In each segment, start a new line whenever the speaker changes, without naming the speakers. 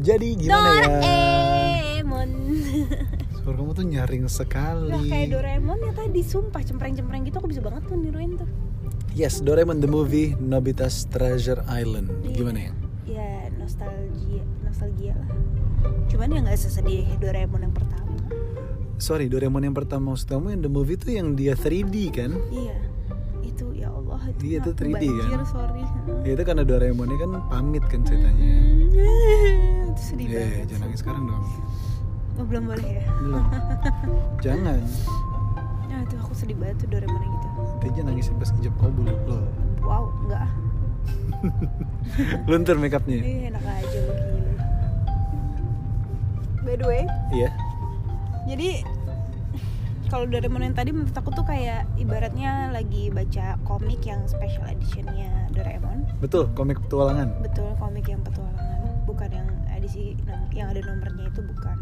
Jadi gimana ya?
Doraemon
Suara kamu tuh nyaring
Wah kayak
sekali.
Doraemon ya tadi sumpah cempreng-cempreng gitu aku bisa banget tuh niruin tuh
Yes, Doraemon the movie Nobita's Treasure Island.
Iya.
Gimana ya?
Ya nostalgia nostalgia lah Cuman ya gak sesedih Doraemon yang pertama
Sorry, Doraemon yang pertama maksud kamu yang the movie tuh yang dia 3D kan?
Iya itu ya Allah itu
Iya, itu
aku
3D kan?
banjir, sorry
Ya itu karena Doraemonnya kan pamit kan ceritanya.
Hmm, Itu sedih
Ya,
banget
jangan nangis sekarang dong.
Oh, Belum boleh ya
Belum. jangan.
Nah itu aku sedih banget tuh Doraemon yang gitu
Nanti aja nangisin pas ngejep kobul lo.
Wow enggak ah.
Luntur make upnya.
Ih, enak aja lu gila By the way
Iya.
jadi kalau Doraemon yang tadi menurut aku tuh kayak ibaratnya lagi baca komik yang special editionnya Doraemon
Betul, komik petualangan.
betul komik yang petualangan bukan yang edisi nom- yang ada nomornya itu bukan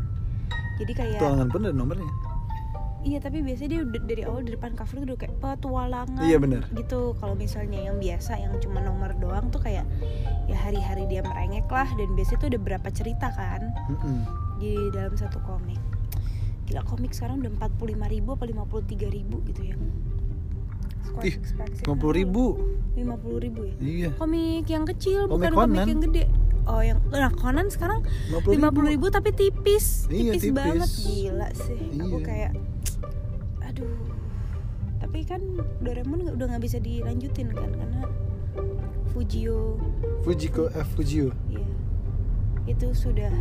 jadi kayak
Petualangan pun ada nomornya.
iya tapi biasanya dia udah- dari awal di depan cover tuh udah kayak petualangan
Iya, bener.
gitu kalau misalnya yang biasa yang cuma nomor doang tuh kayak ya hari-hari dia merengek lah dan biasanya tuh ada berapa cerita kan
Mm-mm.
di dalam satu komik gila komik sekarang udah 45.000 ribu apa 53.000 gitu ya
Ih, 50 ribu.
50 ribu ya
Iya,
komik yang kecil
Komik
bukan komik
Conan.
yang gede oh yang nah Conan sekarang
50
50 ribu, tapi tipis
Iya,
tipis,
tipis.
banget gila sih aku
Iya.
kayak aduh tapi kan Doraemon nggak- udah nggak bisa dilanjutin kan karena Fujio
Fujiko F. Fujio.
ya itu sudah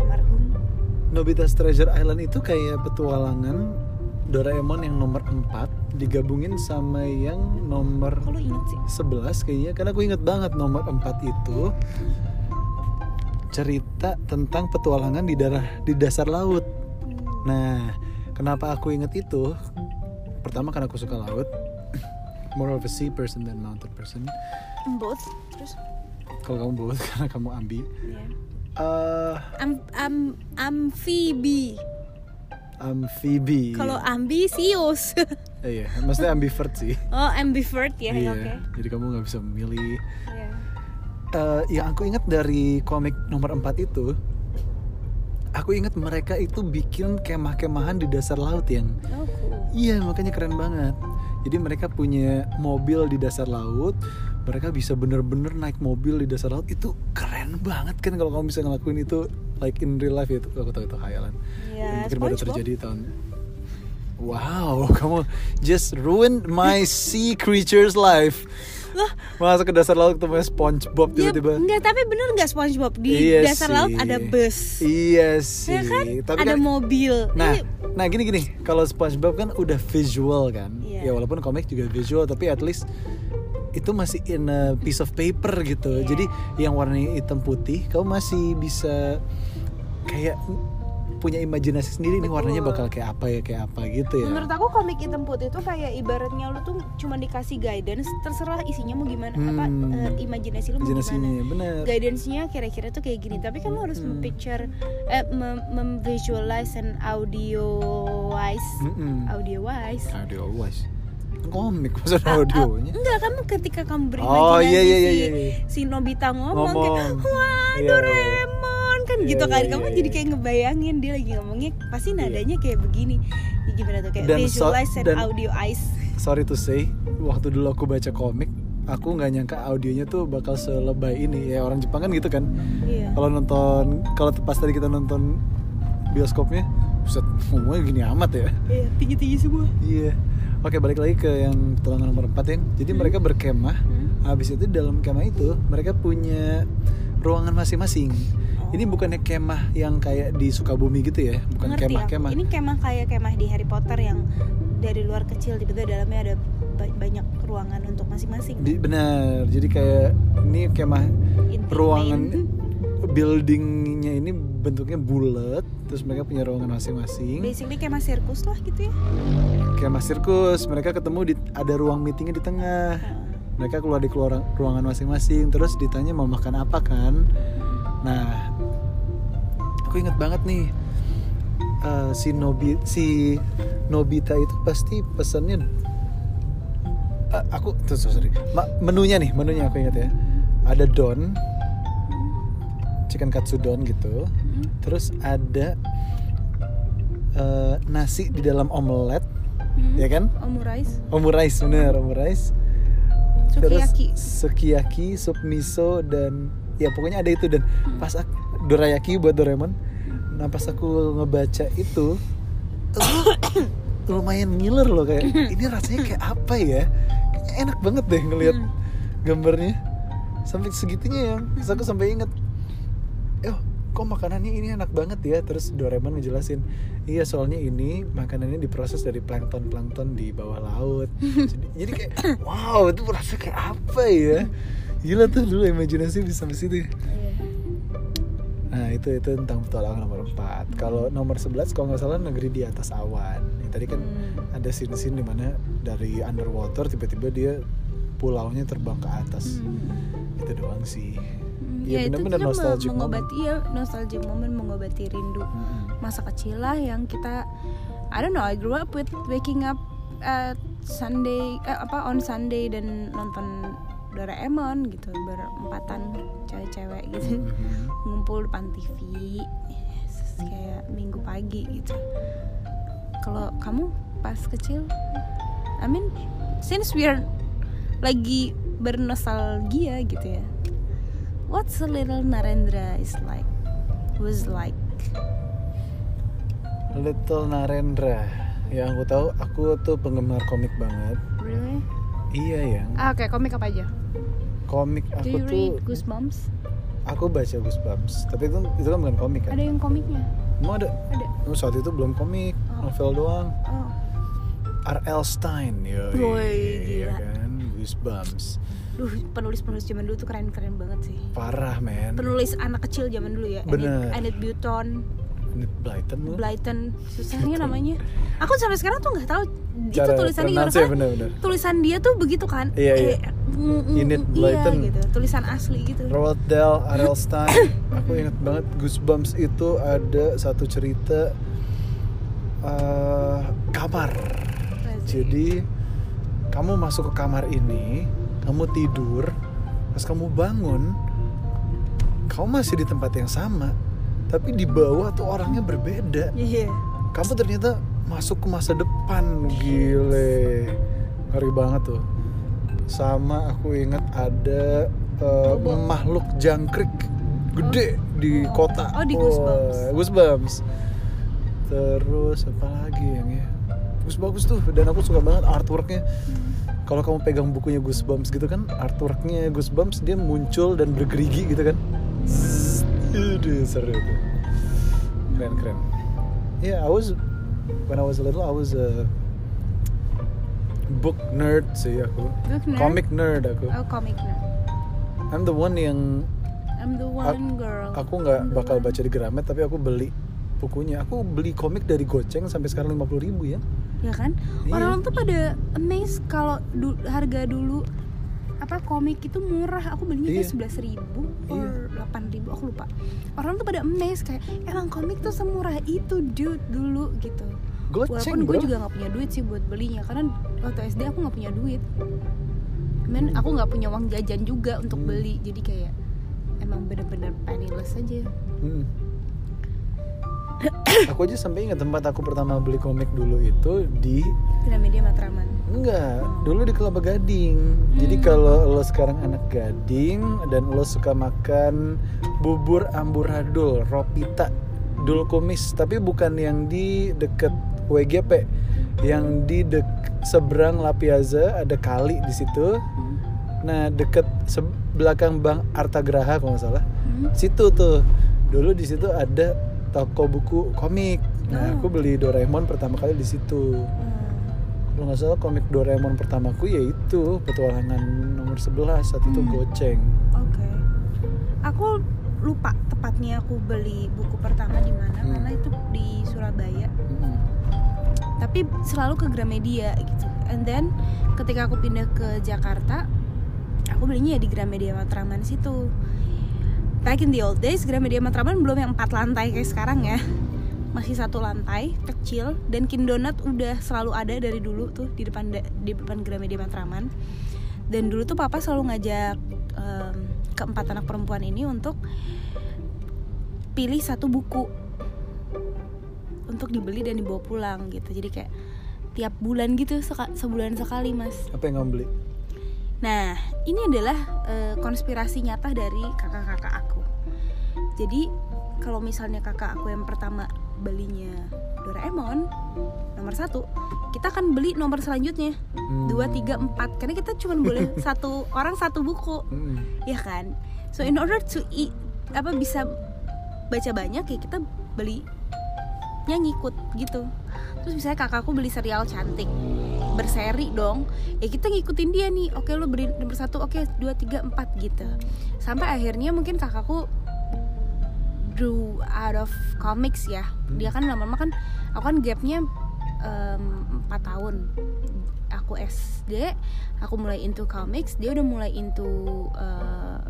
almarhum
Nobita's Treasure Island itu kayak petualangan Doraemon yang nomor 4 digabungin sama yang nomor
kalau inget sih
11 kayaknya karena aku inget banget nomor 4 itu cerita tentang petualangan di darah di dasar laut.
Hmm.
Nah, kenapa aku inget itu? Pertama karena aku suka laut. More of a sea person than mountain person.
both terus
Kalau kamu both karena kamu ambi.
ya
Eh,
am am amfibi
amfibi.
kalau ambisius
Eh, iya, maksudnya ambivert sih.
oh ambivert ya
Iya,
oke
Jadi kamu nggak bisa memilih.
Iya.
Eh, yang aku ingat dari komik nomor 4 itu, aku ingat mereka itu bikin kemah-kemahan di dasar laut yang,
oh cool
iya makanya keren banget. Jadi mereka punya mobil di dasar laut, mereka bisa bener-bener naik mobil di dasar laut itu keren banget kan kalau kamu bisa ngelakuin itu like in real life itu aku tahu itu khayalan.
ya
Mungkin baru
SpongeBob.
terjadi tahun Wow, kamu just ruined my sea creature's life.
Loh?
Masa ke dasar laut ketemu SpongeBob
Ya,
tiba-tiba.
enggak, tapi bener nggak SpongeBob di
Iya
dasar laut
sih.
ada bus,
Iya sih.
ya kan?
Tapi
ada Iya.
kan-
mobil.
Nah,
Ini-
nah gini gini, kalau SpongeBob kan udah visual kan.
Iya.
Ya walaupun komik juga visual, tapi at least itu masih in a piece of paper gitu.
Iya.
Jadi yang warnanya hitam putih, kau masih bisa kayak punya imajinasi sendiri nih
Betul.
warnanya bakal kayak apa ya kayak apa gitu ya.
menurut aku komik hitam putih itu kayak ibaratnya lu tuh cuma dikasih guidance, terserah isinya mau gimana, apa
Hmm.
eh, imajinasi lu mau gimana.
Imajinasinya bener.
Guidance-nya kira-kira tuh kayak gini, tapi kan lu harus
Hmm.
mempicture, eh, mem- memvisualize and audio-wise,
Mm-mm.
audio-wise. Ah,
Audio wise. Komik masa ada Ah, audionya.
Enggak, kamu ketika kamu berimajinasi
Oh iya iya iya iya. iya.
si Nobita ngomong,
Ngomong.
kayak wah
Iya,
Doraemon kan
iya.
gitu
Iya,
kan
iya,
kamu
iya,
jadi
iya.
kayak ngebayangin dia lagi ngomongnya pasti nadanya kayak begini Ya, gimana tuh kayak
Dan so-
visualize and
dan-
audio eyes
iya. Sorry to say, waktu dulu aku baca komik, aku nggak nyangka audionya tuh bakal selebay ini. Ya orang Jepang kan gitu kan.
iya
Kalau nonton, kalau pas tadi kita nonton bioskopnya, buset ngomongnya gini amat ya.
iya tinggi tinggi semua
Iya. Oke, balik lagi ke yang tulangan nomor 4 ya.
Hmm.
Jadi mereka berkemah. Habis itu di dalam kemah itu mereka punya ruangan masing-masing.
Oh.
Ini bukannya kemah yang kayak di Sukabumi gitu ya, bukan
Ngerti aku.
kemah-kemah.
ini kemah kayak kemah di Harry Potter yang dari luar kecil tiba-tiba dalamnya ada ba- banyak ruangan untuk masing-masing
Di- Benar. Jadi kayak ini kemah
Intimate.
ruangan buildingnya ini bentuknya bulat, terus mereka punya ruangan masing-masing.
basically kemah sirkus lah gitu ya
Kemah sirkus, mereka ketemu di ada ruang meetingnya di tengah. Mereka keluar di keluar ruangan masing-masing, terus ditanya mau makan apa kan. Nah, aku inget banget nih eh, si Nobi si Nobita itu pasti pesannya Eh, aku tuh sorry Ma- menunya nih menunya aku inget ya ada don chicken katsudon gitu
Mm.
terus ada eh, nasi di dalam omelet
Mm.
ya kan
Omurice,
omurice bener omurice
sukiyaki.
terus sukiyaki sup miso dan ya pokoknya ada itu dan
Hmm.
pas aku, dorayaki buat Doraemon nah pas aku ngebaca itu lu- lumayan ngiler loh kayak
Hmm.
ini rasanya kayak apa ya Kayaknya enak banget deh ngelihat
Hmm.
gambarnya sampai segitunya ya terus aku sampai inget eh kok makanannya ini enak banget ya terus Doraemon ngejelasin iya soalnya ini makanannya diproses dari plankton plankton di bawah laut jadi, jadi kayak wow itu berasa kayak apa ya gila tuh dulu imajinasi bisa sampai situ
Iya.
nah itu itu tentang petualangan nomor 4 kalau nomor 11 kalau nggak salah negeri di atas awan Ya, tadi kan
Hmm.
ada scene-scene dimana dari underwater tiba-tiba dia pulaunya terbang ke atas
Mm.
itu doang sih
Mm,
Iya, bener-bener
kan
nostalgic
meng- mengobati ya nostalgic moment mengobati rindu masa kecil lah yang kita I don't know I grew up with waking up at Sunday eh, apa on Sunday dan nonton Doraemon gitu berempatan cewek-cewek gitu
Hmm. Mm-hmm.
ngumpul depan TV yes, kayak minggu pagi gitu kalau kamu pas kecil I mean since we're lagi bernostalgia gitu ya what's a little Narendra is like was like
Little Narendra yang aku tahu aku tuh penggemar komik banget
really
iya ya
ah, oke komik apa aja
komik aku
Do you
tuh
read Goosebumps?
aku baca Goosebumps tapi itu itu kan bukan komik kan
Ada yang komiknya?
mau ada
Ada.
Oh, saat itu belum komik
Oh.
novel doang
Oh.
R.L. Stein yo
Woi,
iya
gila.
kan Goosebumps
Duh, penulis-penulis zaman dulu tuh keren-keren banget sih.
parah men
Penulis anak kecil zaman dulu ya.
Bener. Iya.
Enid, Enid Blyton,
Enid Blyton lu
Blyton, susahnya namanya. Aku sampai sekarang tuh nggak tahu
Cara
itu tulisannya gimana.
pronounce ya,
Karena
bener-bener.
Tulisan dia tuh begitu kan?
Iya, iya.
mm, mm,
Enid
iya,
Blyton.
gitu. Tulisan asli gitu.
Roald Dahl, R.L. Stein Aku ingat banget Goosebumps itu ada satu cerita eh, Kamar
Keren sih.
Jadi kamu masuk ke kamar ini Kamu tidur Pas kamu bangun Kamu masih di tempat yang sama Tapi di bawah tuh orangnya berbeda
Iya.
Kamu ternyata masuk ke masa depan Gile Ngeri banget tuh sama aku ingat ada eh,
Bobo.
makhluk jangkrik gede di
Oh.
kota.
Oh, di
Wah,
Goosebumps.
Goosebumps. Terus apa lagi yang ya? Gus bagus tuh dan aku suka banget artworknya.
Hmm.
Kalau kamu pegang bukunya Goosebumps gitu kan, artworknya Goosebumps dia muncul dan bergerigi gitu kan. Zzz, Aduh, seru tuh. Keren keren. Yeah, I was when I was little I was a book nerd sih aku.
Book nerd?
Comic nerd aku.
Oh, komik nerd.
I'm the one yang
I'm the one girl.
aku nggak
I'm the
bakal
one.
baca di Gramet tapi aku beli bukunya. Aku beli komik dari Goceng sampai sekarang 50.000 ribu ya.
ya kan
Iya.
orang-orang tuh pada amazed kalau du- harga dulu apa komik itu murah aku belinya
Iya.
kayak sebelas ribu or delapan ribu aku lupa orang tuh pada amazed kayak emang komik tuh semurah itu dude dulu gitu
Goceng
walaupun gue
bro.
juga nggak punya duit sih buat belinya karena waktu SD aku nggak punya duit men aku nggak punya uang jajan juga untuk
Hmm.
beli jadi kayak emang bener-bener penniless aja
Hmm. aku aja sampai ingat tempat aku pertama beli komik dulu itu di
Gramedia Matraman
Enggak, dulu di Kelapa Gading. Jadi kalau lo sekarang anak Gading dan lo suka makan bubur amburadul, ropita, dul kumis, tapi bukan yang di deket WGP, yang di dek- seberang La Piazza ada kali di situ.
Hmm.
Nah, deket se- belakang Bank Artagraha kalau nggak salah.
Hmm.
Situ tuh. Dulu di situ ada toko buku komik. Nah,
Oh.
aku beli Doraemon pertama kali di situ
Hmm.
kalau nggak salah komik Doraemon pertamaku yaitu petualangan nomor 11 saat itu
Hmm.
goceng
Oke. Aku lupa tepatnya aku beli buku pertama di mana
Hmm.
karena itu di Surabaya.
Mm-mm.
Tapi selalu ke Gramedia gitu. And then ketika aku pindah ke Jakarta, aku belinya ya di Gramedia Matraman situ. Back in the old days, Gramedia Matraman belum yang empat lantai kayak sekarang ya. Masih satu lantai, kecil dan Kin Donut udah selalu ada dari dulu tuh di depan da- di depan Gramedia Matraman. Dan dulu tuh papa selalu ngajak em, keempat anak perempuan ini untuk pilih satu buku untuk dibeli dan dibawa pulang gitu jadi kayak tiap bulan gitu seka- sebulan sekali mas
apa yang kamu beli
Nah, ini adalah eh, konspirasi nyata dari kakak-kakak aku. Jadi, kalau misalnya kakak aku yang pertama belinya Doraemon nomor satu, kita akan beli nomor selanjutnya
Hmm.
dua, tiga, empat, karena kita cuma boleh satu orang satu buku,
Mm-mm.
ya kan? So in order to i- apa bisa baca banyak ya kita beli ngikut gitu. Terus misalnya kakakku beli serial cantik berseri dong ya kita ngikutin dia nih oke lu beri nomor satu oke dua tiga empat gitu sampai akhirnya mungkin kakakku drew out of comics ya
Hmm.
dia kan lama-lama kan aku kan gapnya em, empat tahun aku SD aku mulai into comics dia udah mulai into eh,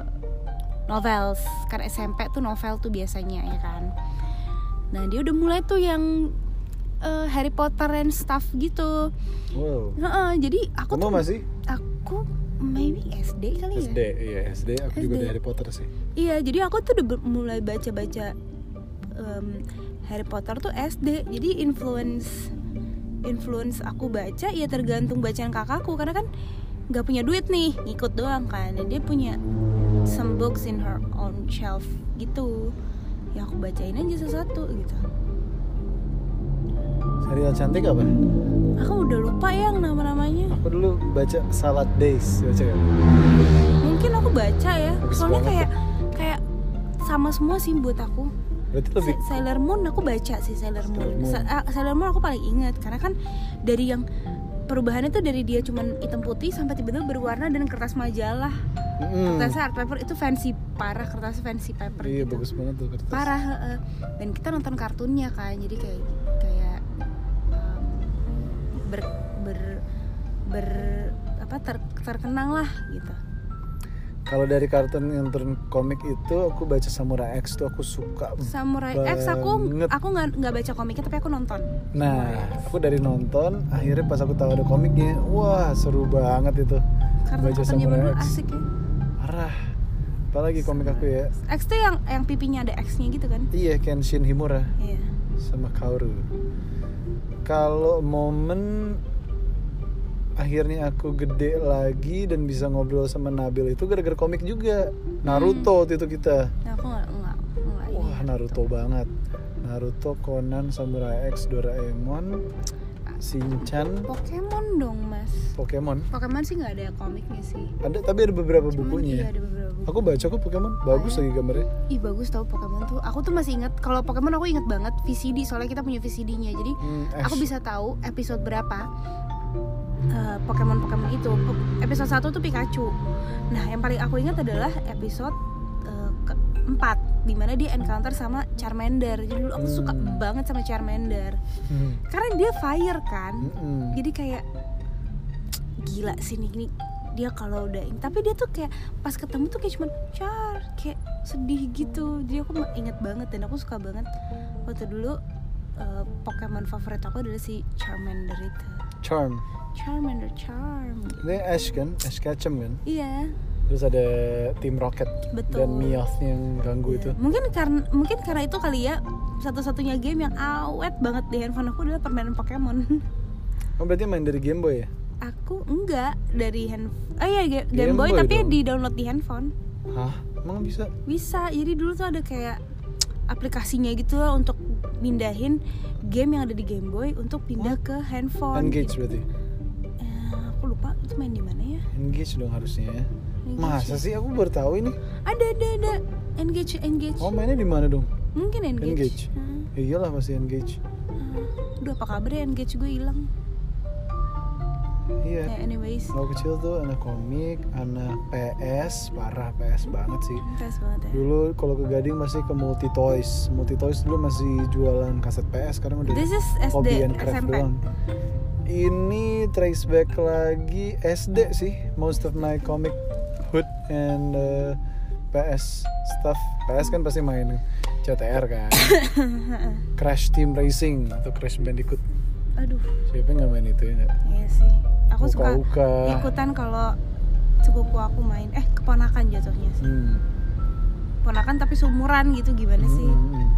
novels kan SMP tuh novel tuh biasanya ya kan nah dia udah mulai tuh yang eh, Harry Potter and stuff gitu
wow
Heeh, jadi aku
kamu
tuh
masih
aku maybe SD kali
SD
ya.
iya SD aku juga
SD.
dari Harry Potter sih
Iya, jadi aku tuh udah ber- mulai baca-baca em, Harry Potter tuh SD. Jadi influence influence aku baca ya tergantung bacaan kakakku karena kan nggak punya duit nih, ngikut doang kan. Dan dia punya some books in her own shelf gitu. Ya aku bacain aja sesuatu gitu.
serial cantik apa
Aku udah lupa ya yang nama-namanya.
aku dulu baca Salad Days baca ya? gak?
Mungkin aku baca ya.
Bagus
Soalnya
banget
kayak kayak sama semua sih buat aku.
berarti lebih
Sa- Sailor Moon aku baca sih
Sailor
Sailor Moon.
Moon.
Sa- ah, Sailor Moon aku paling ingat karena kan dari yang perubahannya tuh dari dia cuman hitam putih sampai tiba-tiba berwarna dan kertas majalah.
Mm-mm.
Kertasnya art paper itu fancy parah, kertas fancy paper.
Hmm. iya
gitu.
bagus banget tuh kertas
Parah heeh. Dan kita nonton kartunnya kan. Jadi kayak kayak um, ber ber ber apa ter- terkenang lah gitu.
Hmm. kalau dari kartun yang turun komik itu aku baca Samurai X tuh aku suka
Samurai X aku
Banget.
aku nggak nggak baca komiknya tapi aku nonton.
Nah, aku dari nonton, akhirnya pas aku tahu ada komiknya, wah seru banget itu.
Kartun-kartun zaman dulu asik ya.
Parah. Apalagi komik aku ya.
X tuh yang yang pipinya ada X-nya gitu kan?
Iya, Kenshin Himura
Iya.
sama Kaoru. Kalau momen akhirnya aku gede lagi dan bisa ngobrol sama Nabil itu gara-gara komik juga. Naruto waktu itu kita.
Nah, aku nggak nggak nggak ini.
Wah, Naruto banget. Naruto, Conan, Samurai X, Doraemon, Shinchan,
Pokemon dong mas.
Pokemon.
Pokemon sih nggak ada komiknya sih.
Ada tapi ada beberapa
Cuman
bukunya. ya?
Iya ada beberapa buku.
Aku baca kok Pokemon, bagus
Oh,
lagi gambarnya.
Ih bagus tau Pokemon tuh. Aku tuh masih inget kalau Pokemon aku inget banget VCD soalnya kita punya VCD-nya jadi
Hmm,
aku
Ash.
bisa tahu episode berapa eh, Pokemon-Pokemon itu. Po- Episode 1 tuh Pikachu. Nah, yang paling aku ingat adalah episode eh, keempat dimana dia encounter sama Charmander. Jadi dulu aku suka
Hmm.
banget sama Charmander.
Hmm.
Karena dia fire kan.
Mm-mm.
Jadi kayak gila sih nih, nih. dia kalau udah ini tapi dia tuh kayak pas ketemu tuh kayak cuman char kayak sedih gitu jadi aku ma- inget banget dan aku suka banget waktu dulu eh, Pokemon favorit aku adalah si Charmander itu
Charm.
Charmander Charm
Ini Ash kan, Ash Ketchum kan.
iya
Terus ada tim Rocket
betul
dan Meowth yang ganggu
Iya.
itu.
mungkin karena mungkin karena itu kali ya satu-satunya game yang awet banget di handphone aku adalah permainan Pokemon
Oh berarti main dari Game Boy ya?
aku enggak dari hand oh iya Ga-
Game
Game Boy,
Boy
tapi
dong.
di download di handphone
Hah? Emang bisa?
bisa jadi dulu tuh ada kayak aplikasinya gitu loh untuk mindahin game yang ada di Game Boy untuk pindah ke handphone
Engage
gitu.
berarti?
Eh, aku lupa itu main di mana ya
Engage dong harusnya ya.
Engage
Masa
ya?
sih aku baru tahu ini?
ada ada ada engage engage
Oh mainnya di mana dong?
mungkin
Engage.
engage, Hah,
Ya iyalah pasti Engage.
hah. Aduh, apa kabar ya engage gue hilang
Iya.
ya anyways
Kalau kecil tuh anak komik, anak PS, parah PS banget sih.
Fast banget ya
Dulu kalau ke Gading masih ke Multi Toys. Multi Toys dulu masih jualan kaset PS sekarang udah
This is
hobi
SD,
and craft
SMP.
doang. Ini trace back lagi SD sih. Most of my comic hood and uh, PS stuff. PS kan pasti main CTR kan. Crash Team Racing atau Crash Bandicoot.
Aduh,
Siapa yang nggak main itu ya? nggak?
iya sih. Aku suka
Uka-uka.
ikutan kalau sepupu aku main. Eh, keponakan jatuhnya sih.
Hmm.
ponakan tapi seumuran gitu gimana sih
Mm-mm.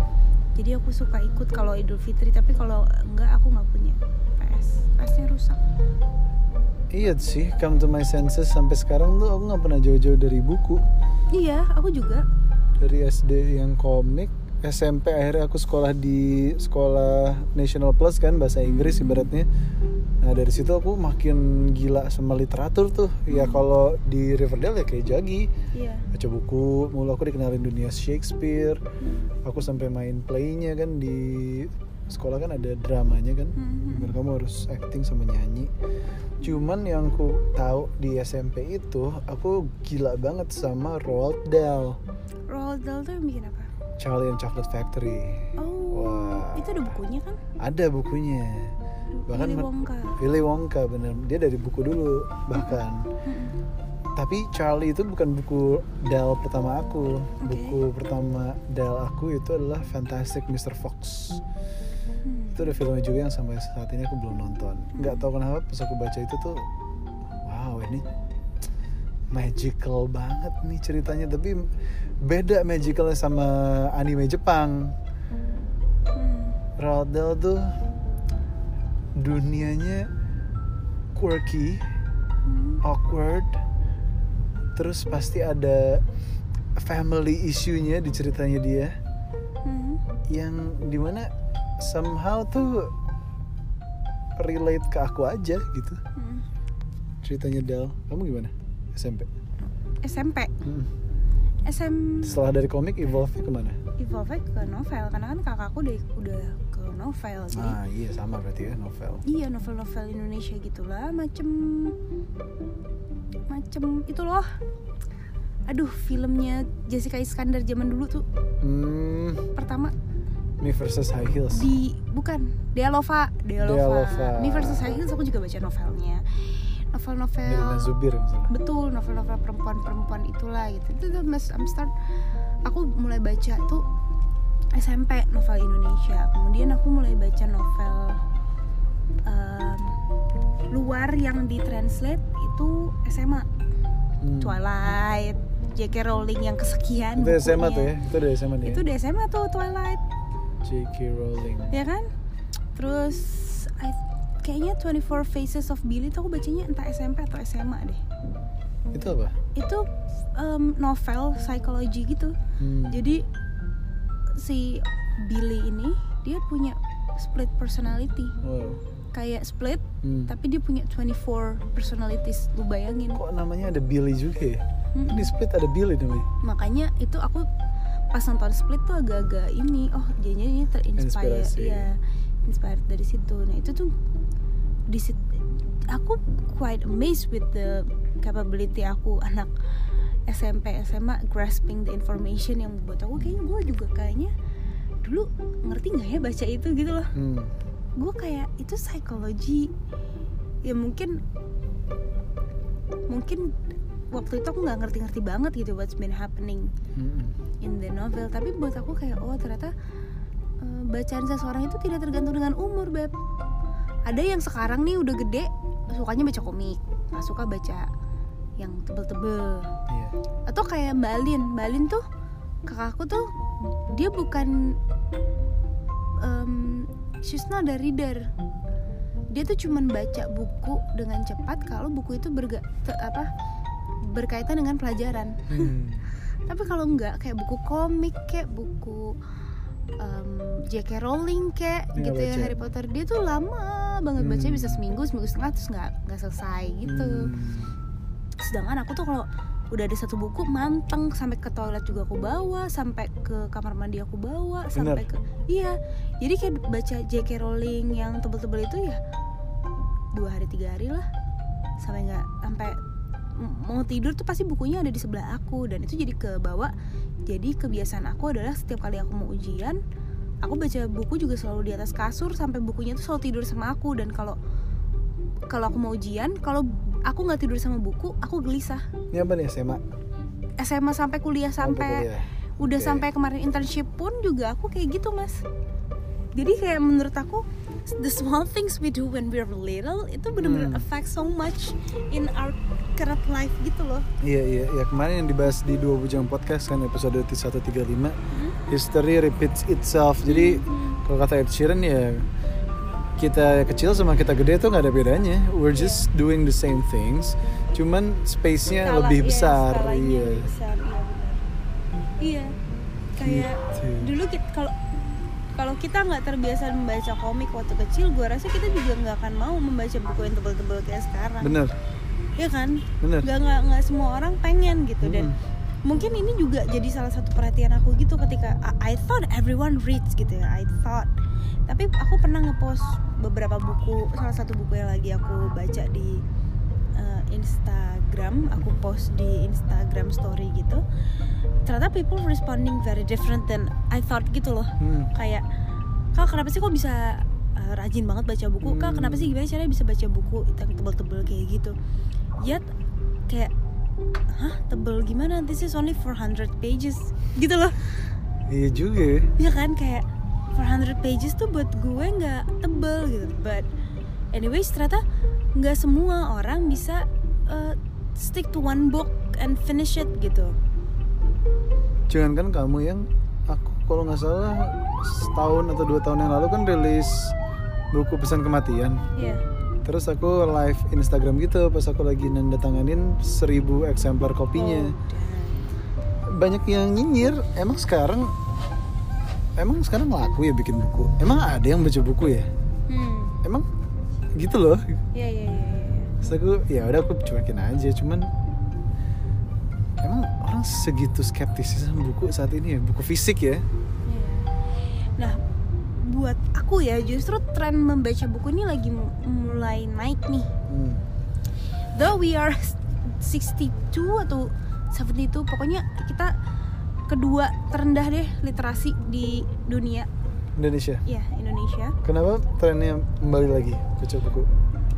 jadi aku suka ikut kalau Idul Fitri tapi kalau enggak aku nggak punya PS PS-nya rusak
Iya sih, come to my senses sampai sekarang tuh aku nggak pernah jauh-jauh dari buku,
iya aku juga
dari SD yang komik, SMP akhirnya aku sekolah di sekolah National Plus kan bahasa Inggris ibaratnya. Nah dari situ aku makin gila sama literatur tuh. Ya kalau di Riverdale ya kayak Jagi,
iya
baca buku, mulu aku dikenalin dunia Shakespeare, aku sampai main playnya kan di sekolah kan ada dramanya kan
Mhm.
Bener, kamu harus acting sama nyanyi cuman yang ku tahu di SMP itu aku gila banget sama Roald Dahl
Roald Dahl tuh yang bikin apa
Charlie and Chocolate Factory
oh
Wah.
itu ada bukunya kan
ada bukunya Bahkan
Willy
men-
Wonka
Willy Wonka bener dia dari buku dulu bahkan
Mm-mm.
tapi Charlie itu bukan buku Dahl pertama aku
Oke.
buku pertama Dahl aku itu adalah Fantastic Mr. Fox
Hmm.
itu ada filmnya juga yang sampai saat ini aku belum nonton nggak tahu kenapa pas aku baca itu tuh wow ini magical banget nih ceritanya tapi beda magicalnya sama anime Jepang
Hmm.
Roald Dahl tuh dunianya quirky
Hmm.
awkward terus pasti ada family issue-nya di ceritanya dia
Hmm.
yang dimana somehow tuh relate ke aku aja gitu
Hmm.
ceritanya Dal kamu gimana SMP
SMP
Hmm.
SM
setelah dari komik evolve kemana
evolve ke novel karena kan kakakku udah udah ke novel jadi
ah iya sama berarti ya novel
iya novel-novel Indonesia gitulah macem macem itu loh aduh filmnya Jessica Iskandar zaman dulu tuh
hmm
pertama
me versus high heels
di bukan Dealova Dealova,
Dealova.
Me versus High Heels aku juga baca novelnya
Nirina
novel-novel
Zubir misalnya
betul novel-novel perempuan-perempuan itulah gitu itu tuh Mas Amsterdam aku mulai baca tuh SMP novel Indonesia kemudian aku mulai baca novel em, luar yang ditranslate itu SMA
Hmm.
Twilight J.K. Rowling yang kesekian
itu SMA tuh ya
bukunya.
itu dari SMA nih
Kan itu
ya?
di SMA tuh Twilight
J.K. Rowling
ya kan terus I, kayaknya 24 Faces of Billy tuh aku bacanya entah SMP atau SMA deh
itu apa
itu em, novel psikologi gitu
Hmm.
jadi si Billy ini dia punya split personality
wow
kayak split
Hmm.
tapi dia punya 24 personalities lu bayangin
kok namanya ada Billy juga ya
Mm-mm.
di split ada Billy namanya
makanya itu aku pas nonton split tuh agak-agak ini oh jadinya ini terinspire
Inspirasi.
ya inspired dari situ nah itu tuh di sit- aku quite amazed with the capability aku anak SMP SMA grasping the information yang buat aku kayaknya gue juga kayaknya dulu ngerti nggak ya baca itu gitu loh
hmm.
gue kayak itu psikologi ya mungkin mungkin waktu itu aku nggak ngerti-ngerti banget gitu what's been happening
Mm-mm.
in the novel tapi buat aku kayak oh ternyata eh, bacaan seseorang itu tidak tergantung dengan umur beb ada yang sekarang nih udah gede sukanya baca komik nggak suka baca yang tebel-tebel
Iya.
atau kayak Balin Balin tuh kakakku tuh dia bukan em, she's not a reader dia tuh cuman baca buku dengan cepat kalau buku itu berga, te- apa berkaitan dengan pelajaran
Hmm.
tapi kalau enggak kayak buku komik kayak buku em, J.K. Rowling kayak
Dia
gitu ya
Iya, baca.
Harry Potter dia tuh lama banget
Hmm.
bacanya bisa seminggu seminggu setengah terus nggak nggak selesai gitu
Hmm.
sedangkan aku tuh kalau udah ada satu buku manteng sampai ke toilet juga aku bawa sampai ke kamar mandi aku bawa sampai ke iya jadi kayak baca J.K. Rowling yang tebel-tebel itu ya dua hari tiga hari lah sampai nggak sampai m- mau tidur tuh pasti bukunya ada di sebelah aku dan itu jadi kebawa jadi kebiasaan aku adalah setiap kali aku mau ujian aku baca buku juga selalu di atas kasur sampai bukunya tuh selalu tidur sama aku dan kalau kalau aku mau ujian kalau aku nggak tidur sama buku aku gelisah
Ini apa nih SMA?
SMA sampai kuliah sampai
kuliah.
udah
Oke.
sampai kemarin internship pun juga aku kayak gitu mas jadi kayak menurut aku the small things we do when we're little itu benar-benar
Hmm.
affect so much in our current life gitu loh
Iya iya iya kemarin yang dibahas di dua bujang podcast kan episode 135
Mm-hmm.
history repeats itself jadi kalau kata Ed Sheeran ya kita kecil sama kita gede tuh nggak ada bedanya we're
Iya.
just doing the same things cuman space-nya
Skala-
lebih
iya,
besar
skalanya
iya
lebih besar, iya benar. iya kayak
Gitu.
dulu kita kalau kalau kita nggak terbiasa membaca komik waktu kecil gue rasa kita juga nggak akan mau membaca buku yang tebel-tebel kayak sekarang
bener
Iya kan
bener
nggak nggak nggak semua orang pengen gitu dan
Mm.
mungkin ini juga jadi salah satu perhatian aku gitu ketika I, I thought everyone reads gitu ya I thought tapi aku pernah ngepost beberapa buku salah satu buku yang lagi aku baca di eh, Instagram aku post di Instagram Story gitu ternyata people responding very different than I thought gitu loh
Hmm.
kayak kak kenapa sih kok bisa uh, rajin banget baca buku kak
Hmm.
kenapa sih gimana caranya bisa baca buku yang tebel-tebel kayak gitu yet kayak hah tebel gimana this is only 400 pages gitu loh
iya juga ya.
ya kan kayak 400 pages tuh buat gue nggak tebel gitu but anyways ternyata nggak semua orang bisa uh, stick to one book and finish it gitu
jangan kan kamu yang aku kalau nggak salah setahun atau dua tahun yang lalu kan rilis buku pesan kematian
ya
Terus aku live Instagram gitu pas aku lagi nandatanganin 1000 eksemplar kopinya. Banyak yang nyinyir, emang sekarang emang sekarang laku ya bikin buku. Emang ada yang baca buku ya?
hmm
Emang gitu loh.
ya ya ya, ya, ya.
Terus aku ya udah aku cuekin aja cuman emang orang segitu skeptis sih sama buku saat ini ya, buku fisik ya.
Iya. Nah, buat aku ya justru tren membaca buku ini lagi mu- mulai naik nih.
Hmm.
Though we are 62 atau 72, pokoknya kita kedua terendah deh literasi di dunia,
Indonesia.
ya Indonesia.
Kenapa trennya kembali lagi baca buku?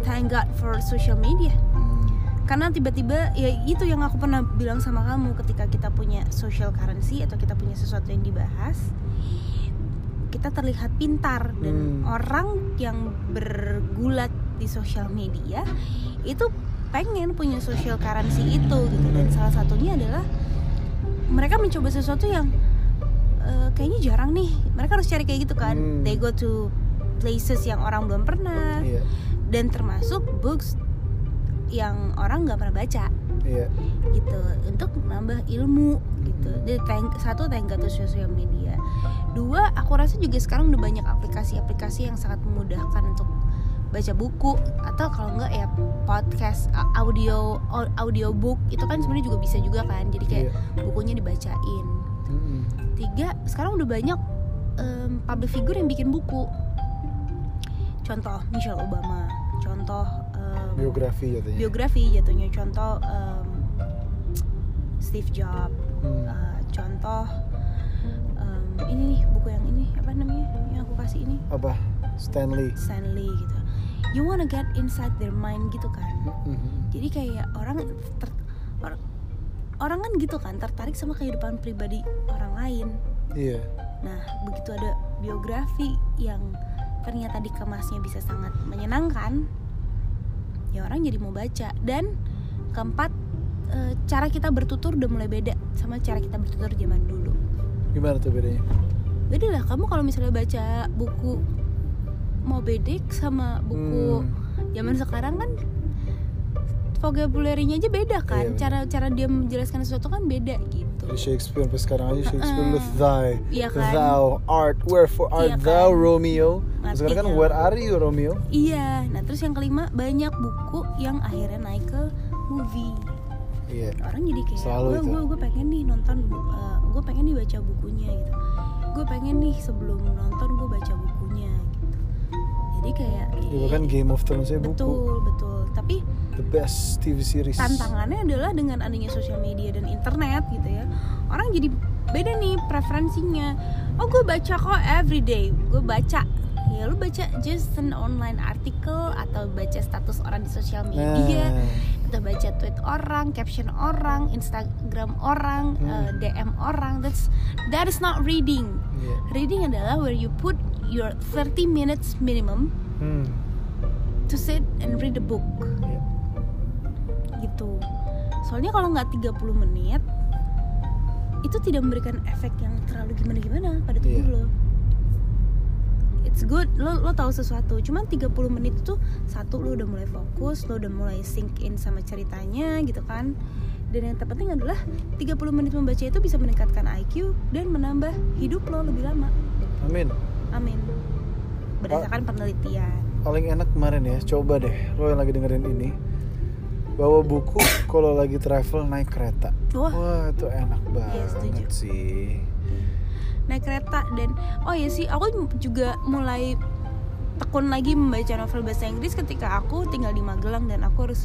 Thank God for social media.
Hmm.
Karena tiba-tiba ya itu yang aku pernah bilang sama kamu ketika kita punya social currency atau kita punya sesuatu yang dibahas kita terlihat pintar dan
Hmm.
orang yang bergulat di sosial media itu pengen punya social currency itu gitu dan
Hmm.
salah satunya adalah mereka mencoba sesuatu yang eh, kayaknya jarang nih mereka harus cari kayak gitu kan
Hmm.
they go to places yang orang belum pernah
Iya,
dan termasuk books yang orang nggak pernah baca
iya.
gitu untuk nambah ilmu gitu jadi thank- satu thank God to sosial media dua aku rasa juga sekarang udah banyak aplikasi-aplikasi yang sangat memudahkan untuk baca buku atau kalau enggak ya podcast a- audio au- audiobook itu kan sebenarnya juga bisa juga kan jadi kayak
Iya. Hmm,
bukunya dibacain
Mm-mm.
tiga sekarang udah banyak em, public figure yang bikin buku contoh Michelle Obama contoh em,
Biografi jatuhnya.
biografi jatuhnya contoh em, Steve Jobs
Hmm.
eh, contoh em, ini nih buku yang ini apa namanya yang aku kasih ini
apa Stanley
Stanley gitu you wanna get inside their mind gitu kan jadi kayak orang ter- or- orang kan gitu kan tertarik sama kehidupan pribadi orang lain
iya
nah begitu ada biografi yang ternyata dikemasnya bisa sangat menyenangkan ya orang jadi mau baca dan keempat eh, cara kita bertutur udah mulai beda sama cara kita bertutur zaman dulu
gimana tuh bedanya
beda lah kamu kalau misalnya baca buku mau bedek sama buku
Hmm,
zaman sekarang kan vocabulary-nya aja beda
Iya,
kan
bener.
cara cara dia menjelaskan sesuatu kan beda gitu
dari Shakespeare sampai sekarang aja Shakespeare
Mm-mm.
with thy
Iya kan?
thou art wherefore art
Iya kan?
thou Romeo
Ngerti
sekarang kan
kan?
where are you Romeo
Iya, nah terus yang kelima banyak buku yang akhirnya naik ke movie.
iya
Orang jadi kayak,
Selalu
gue
itu.
gue gue pengen nih nonton, gue pengen nih baca bukunya gitu. Gue pengen nih sebelum nonton gue baca bukunya. gitu. Jadi kayak
Iya, bahkan Game of Thrones saya buku
betul betul. Tapi
the best TV series
tantangannya adalah dengan adanya sosial media dan internet gitu ya orang jadi beda nih preferensinya oh gue baca kok everyday gue baca ya lu baca just an online artikel atau baca status orang di sosial
nah
media atau baca tweet orang caption orang instagram orang
Hmm.
eh, dm orang that's that is not reading
iya.
reading adalah where you put your 30 minutes minimum
Hmm,
to sit and read a book
iya.
gitu gitu soalnya kalau nggak 30 menit itu tidak memberikan efek yang terlalu gimana gimana pada tubuh
Iya.
lo it's good lo lo tahu sesuatu cuman 30 menit itu satu lo udah mulai fokus lo udah mulai sink in sama ceritanya gitu kan dan yang terpenting adalah 30 menit membaca itu bisa meningkatkan IQ dan menambah hidup lo lebih lama
Amin.
amin berdasarkan penelitian
Paling enak kemarin ya, coba deh lo yang lagi dengerin ini bawa buku kalau lagi travel naik kereta.
Wah.
Wah, itu enak
Iya, setuju.
banget sih.
naik kereta dan oh ya sih aku juga mulai tekun lagi membaca novel bahasa Inggris ketika aku tinggal di Magelang dan aku harus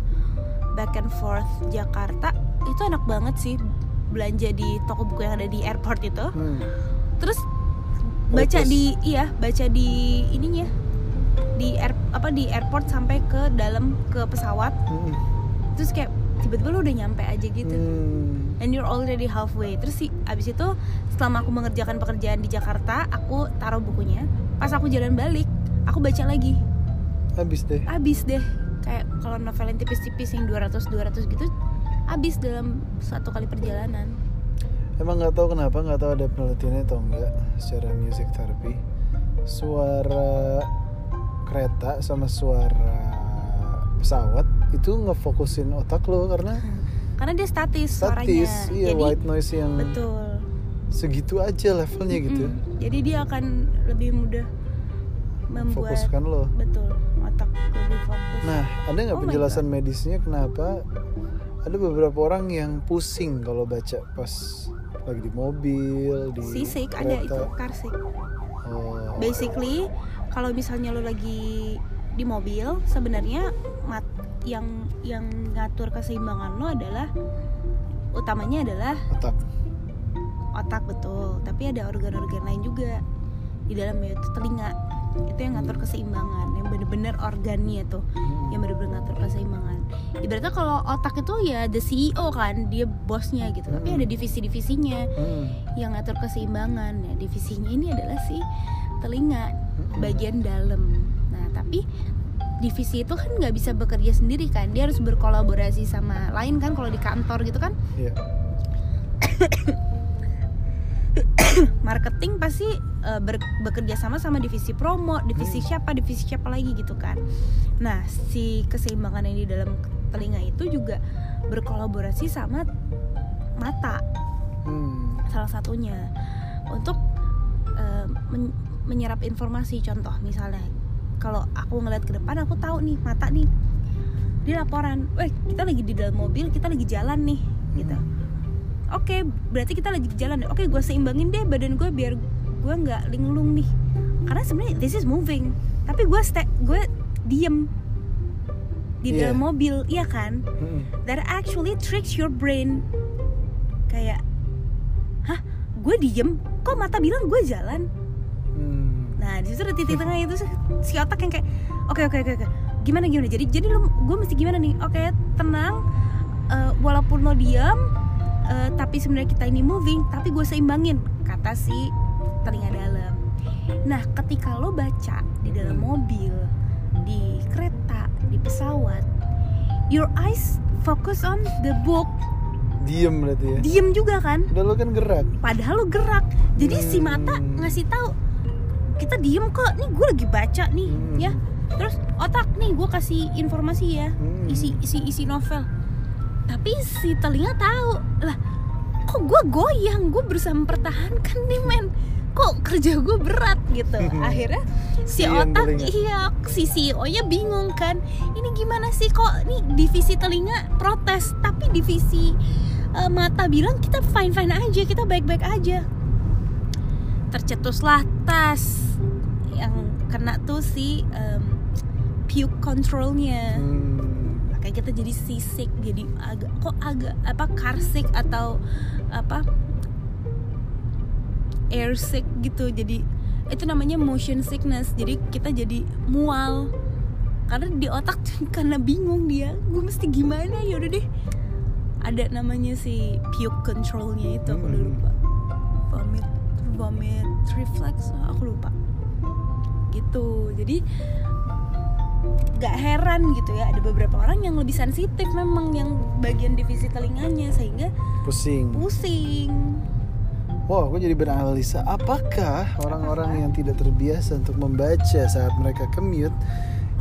back and forth Jakarta itu enak banget sih belanja di toko buku yang ada di airport itu
Hmm.
terus baca
Terus.
di iya baca di ininya di air apa di airport sampai ke dalam ke pesawat
Mm-mm.
terus kayak tiba-tiba lo udah nyampe aja gitu
Hmm.
and you're already halfway terus sih abis itu selama aku mengerjakan pekerjaan di Jakarta aku taruh bukunya pas aku jalan balik aku baca lagi
Habis deh.
abis deh kayak kalau novel yang tipis-tipis yang 200-200 gitu abis dalam satu kali perjalanan
Emang nggak tahu kenapa, nggak tahu ada penelitiannya atau enggak secara music therapy. Suara kereta sama suara pesawat itu ngefokusin otak lo karena
karena dia statis Hmm, suaranya
statis, iya
jadi
white noise yang
betul
segitu aja levelnya gitu.
Mm-mm. jadi dia akan lebih mudah membuat
Fokuskan lo.
betul otak lebih fokus
Nah, ada nggak
Oh my
penjelasan medisnya kenapa ada beberapa orang yang pusing kalau baca pas lagi di mobil, di
sisik ada
kereta.
itu karsik
Oh,
basically kalau misalnya lo lagi di mobil sebenarnya mat yang yang ngatur keseimbangan lo adalah utamanya adalah
otak.
otak betul tapi ada organ-organ lain juga di dalam yaitu telinga itu yang ngatur keseimbangan yang bener-bener organnya tuh
Hmm.
yang bener-bener ngatur keseimbangan ibaratnya kalau otak itu ya the CEO kan dia bosnya gitu tapi
Mm.
ada divisi-divisinya
Hmm.
yang ngatur keseimbangan nah divisinya ini adalah si telinga
Mm-mm.
bagian dalam nah tapi divisi itu kan nggak bisa bekerja sendiri kan dia harus berkolaborasi sama lain kan kalau di kantor gitu kan
Iya.
marketing pasti eh, ber- bekerja sama sama divisi promo divisi
Hmm.
siapa divisi siapa lagi gitu kan nah si keseimbangan yang di dalam telinga itu juga berkolaborasi sama mata
Hmm.
salah satunya untuk eh, men- menyerap informasi contoh misalnya kalau aku ngeliat ke depan aku tahu nih mata nih di laporan, weh kita lagi di dalam mobil kita lagi jalan nih gitu. Oke berarti kita lagi jalan. Oke gue seimbangin deh badan gue biar gue nggak linglung nih. Karena sebenarnya this is moving tapi gue ste- gue diem di
Iya.
dalam mobil iya kan
Mm-mm.
that actually tricks your brain kayak hah gue diem kok mata bilang gue jalan
Hmm.
nah di situ ada titik tengah itu si otak yang kayak oke oke oke oke gimana gimana jadi jadi lo gue mesti gimana nih oke tenang Eh, walaupun lo diam eh, tapi sebenarnya kita ini moving tapi gue seimbangin kata si telinga dalam nah ketika lo baca di dalam mobil di kereta di pesawat your eyes focus on the book
Diem berarti ya.
diem juga kan
Udah lo kan gerak.
padahal lo gerak jadi si mata
Hmm.
ngasih tahu kita diem kok nih gue lagi baca nih
Hmm.
ya terus otak nih gue kasih informasi ya
Hmm.
isi isi isi novel tapi si telinga tahu lah kok gue goyang gue berusaha mempertahankan nih men kok kerja gue berat gitu akhirnya si
Kasihan
otak
telinga.
iya si CEO nya bingung kan ini gimana sih kok nih divisi telinga protes tapi divisi eh, mata bilang kita fine fine aja kita baik baik aja tercetuslah tas yang kena tuh si em, puke controlnya
Hmm.
makanya kita jadi sisik jadi agak kok agak apa karsik atau apa air sick gitu jadi itu namanya motion sickness jadi kita jadi mual karena di otak tuh karena bingung dia gue mesti gimana ya udah deh ada namanya si puke controlnya itu aku udah
Mm-mm.
lupa vomit Ah, vomit reflex aku lupa gitu jadi gak heran gitu ya ada beberapa orang yang lebih sensitif memang yang bagian divisi telinganya sehingga
pusing
pusing
Wow, aku jadi beranalisa apakah orang-orang yang tidak terbiasa untuk membaca saat mereka commute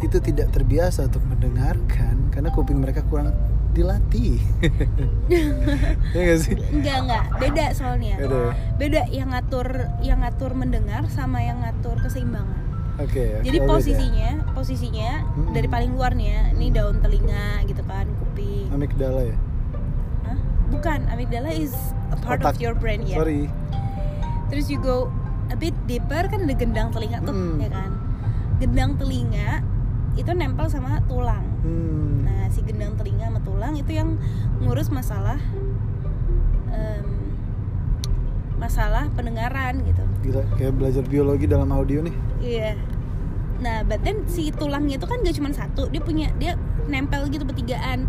itu tidak terbiasa untuk mendengarkan karena kuping mereka kurang dilatih. ya gak sih?
enggak enggak beda soalnya
Ada ya?
beda yang ngatur yang ngatur mendengar sama yang ngatur keseimbangan
Oke. oke, ya.
jadi
beda. Hmm.
posisinya posisinya
Mm-mm.
dari paling luarnya ini daun telinga gitu kan kuping
amigdala ya.
Hah? bukan amigdala is a part
Otak.
of your brain ya
Sorry.
terus you go a bit deeper kan ada gendang telinga tuh
Mm.
ya kan gendang telinga itu nempel sama tulang
Hmm.
nah si gendang telinga sama tulang itu yang ngurus masalah em, masalah pendengaran gitu
Gila, kayak belajar biologi dalam audio nih.
iya nah but then si tulangnya itu kan gak cuma satu dia punya dia nempel gitu bertigaan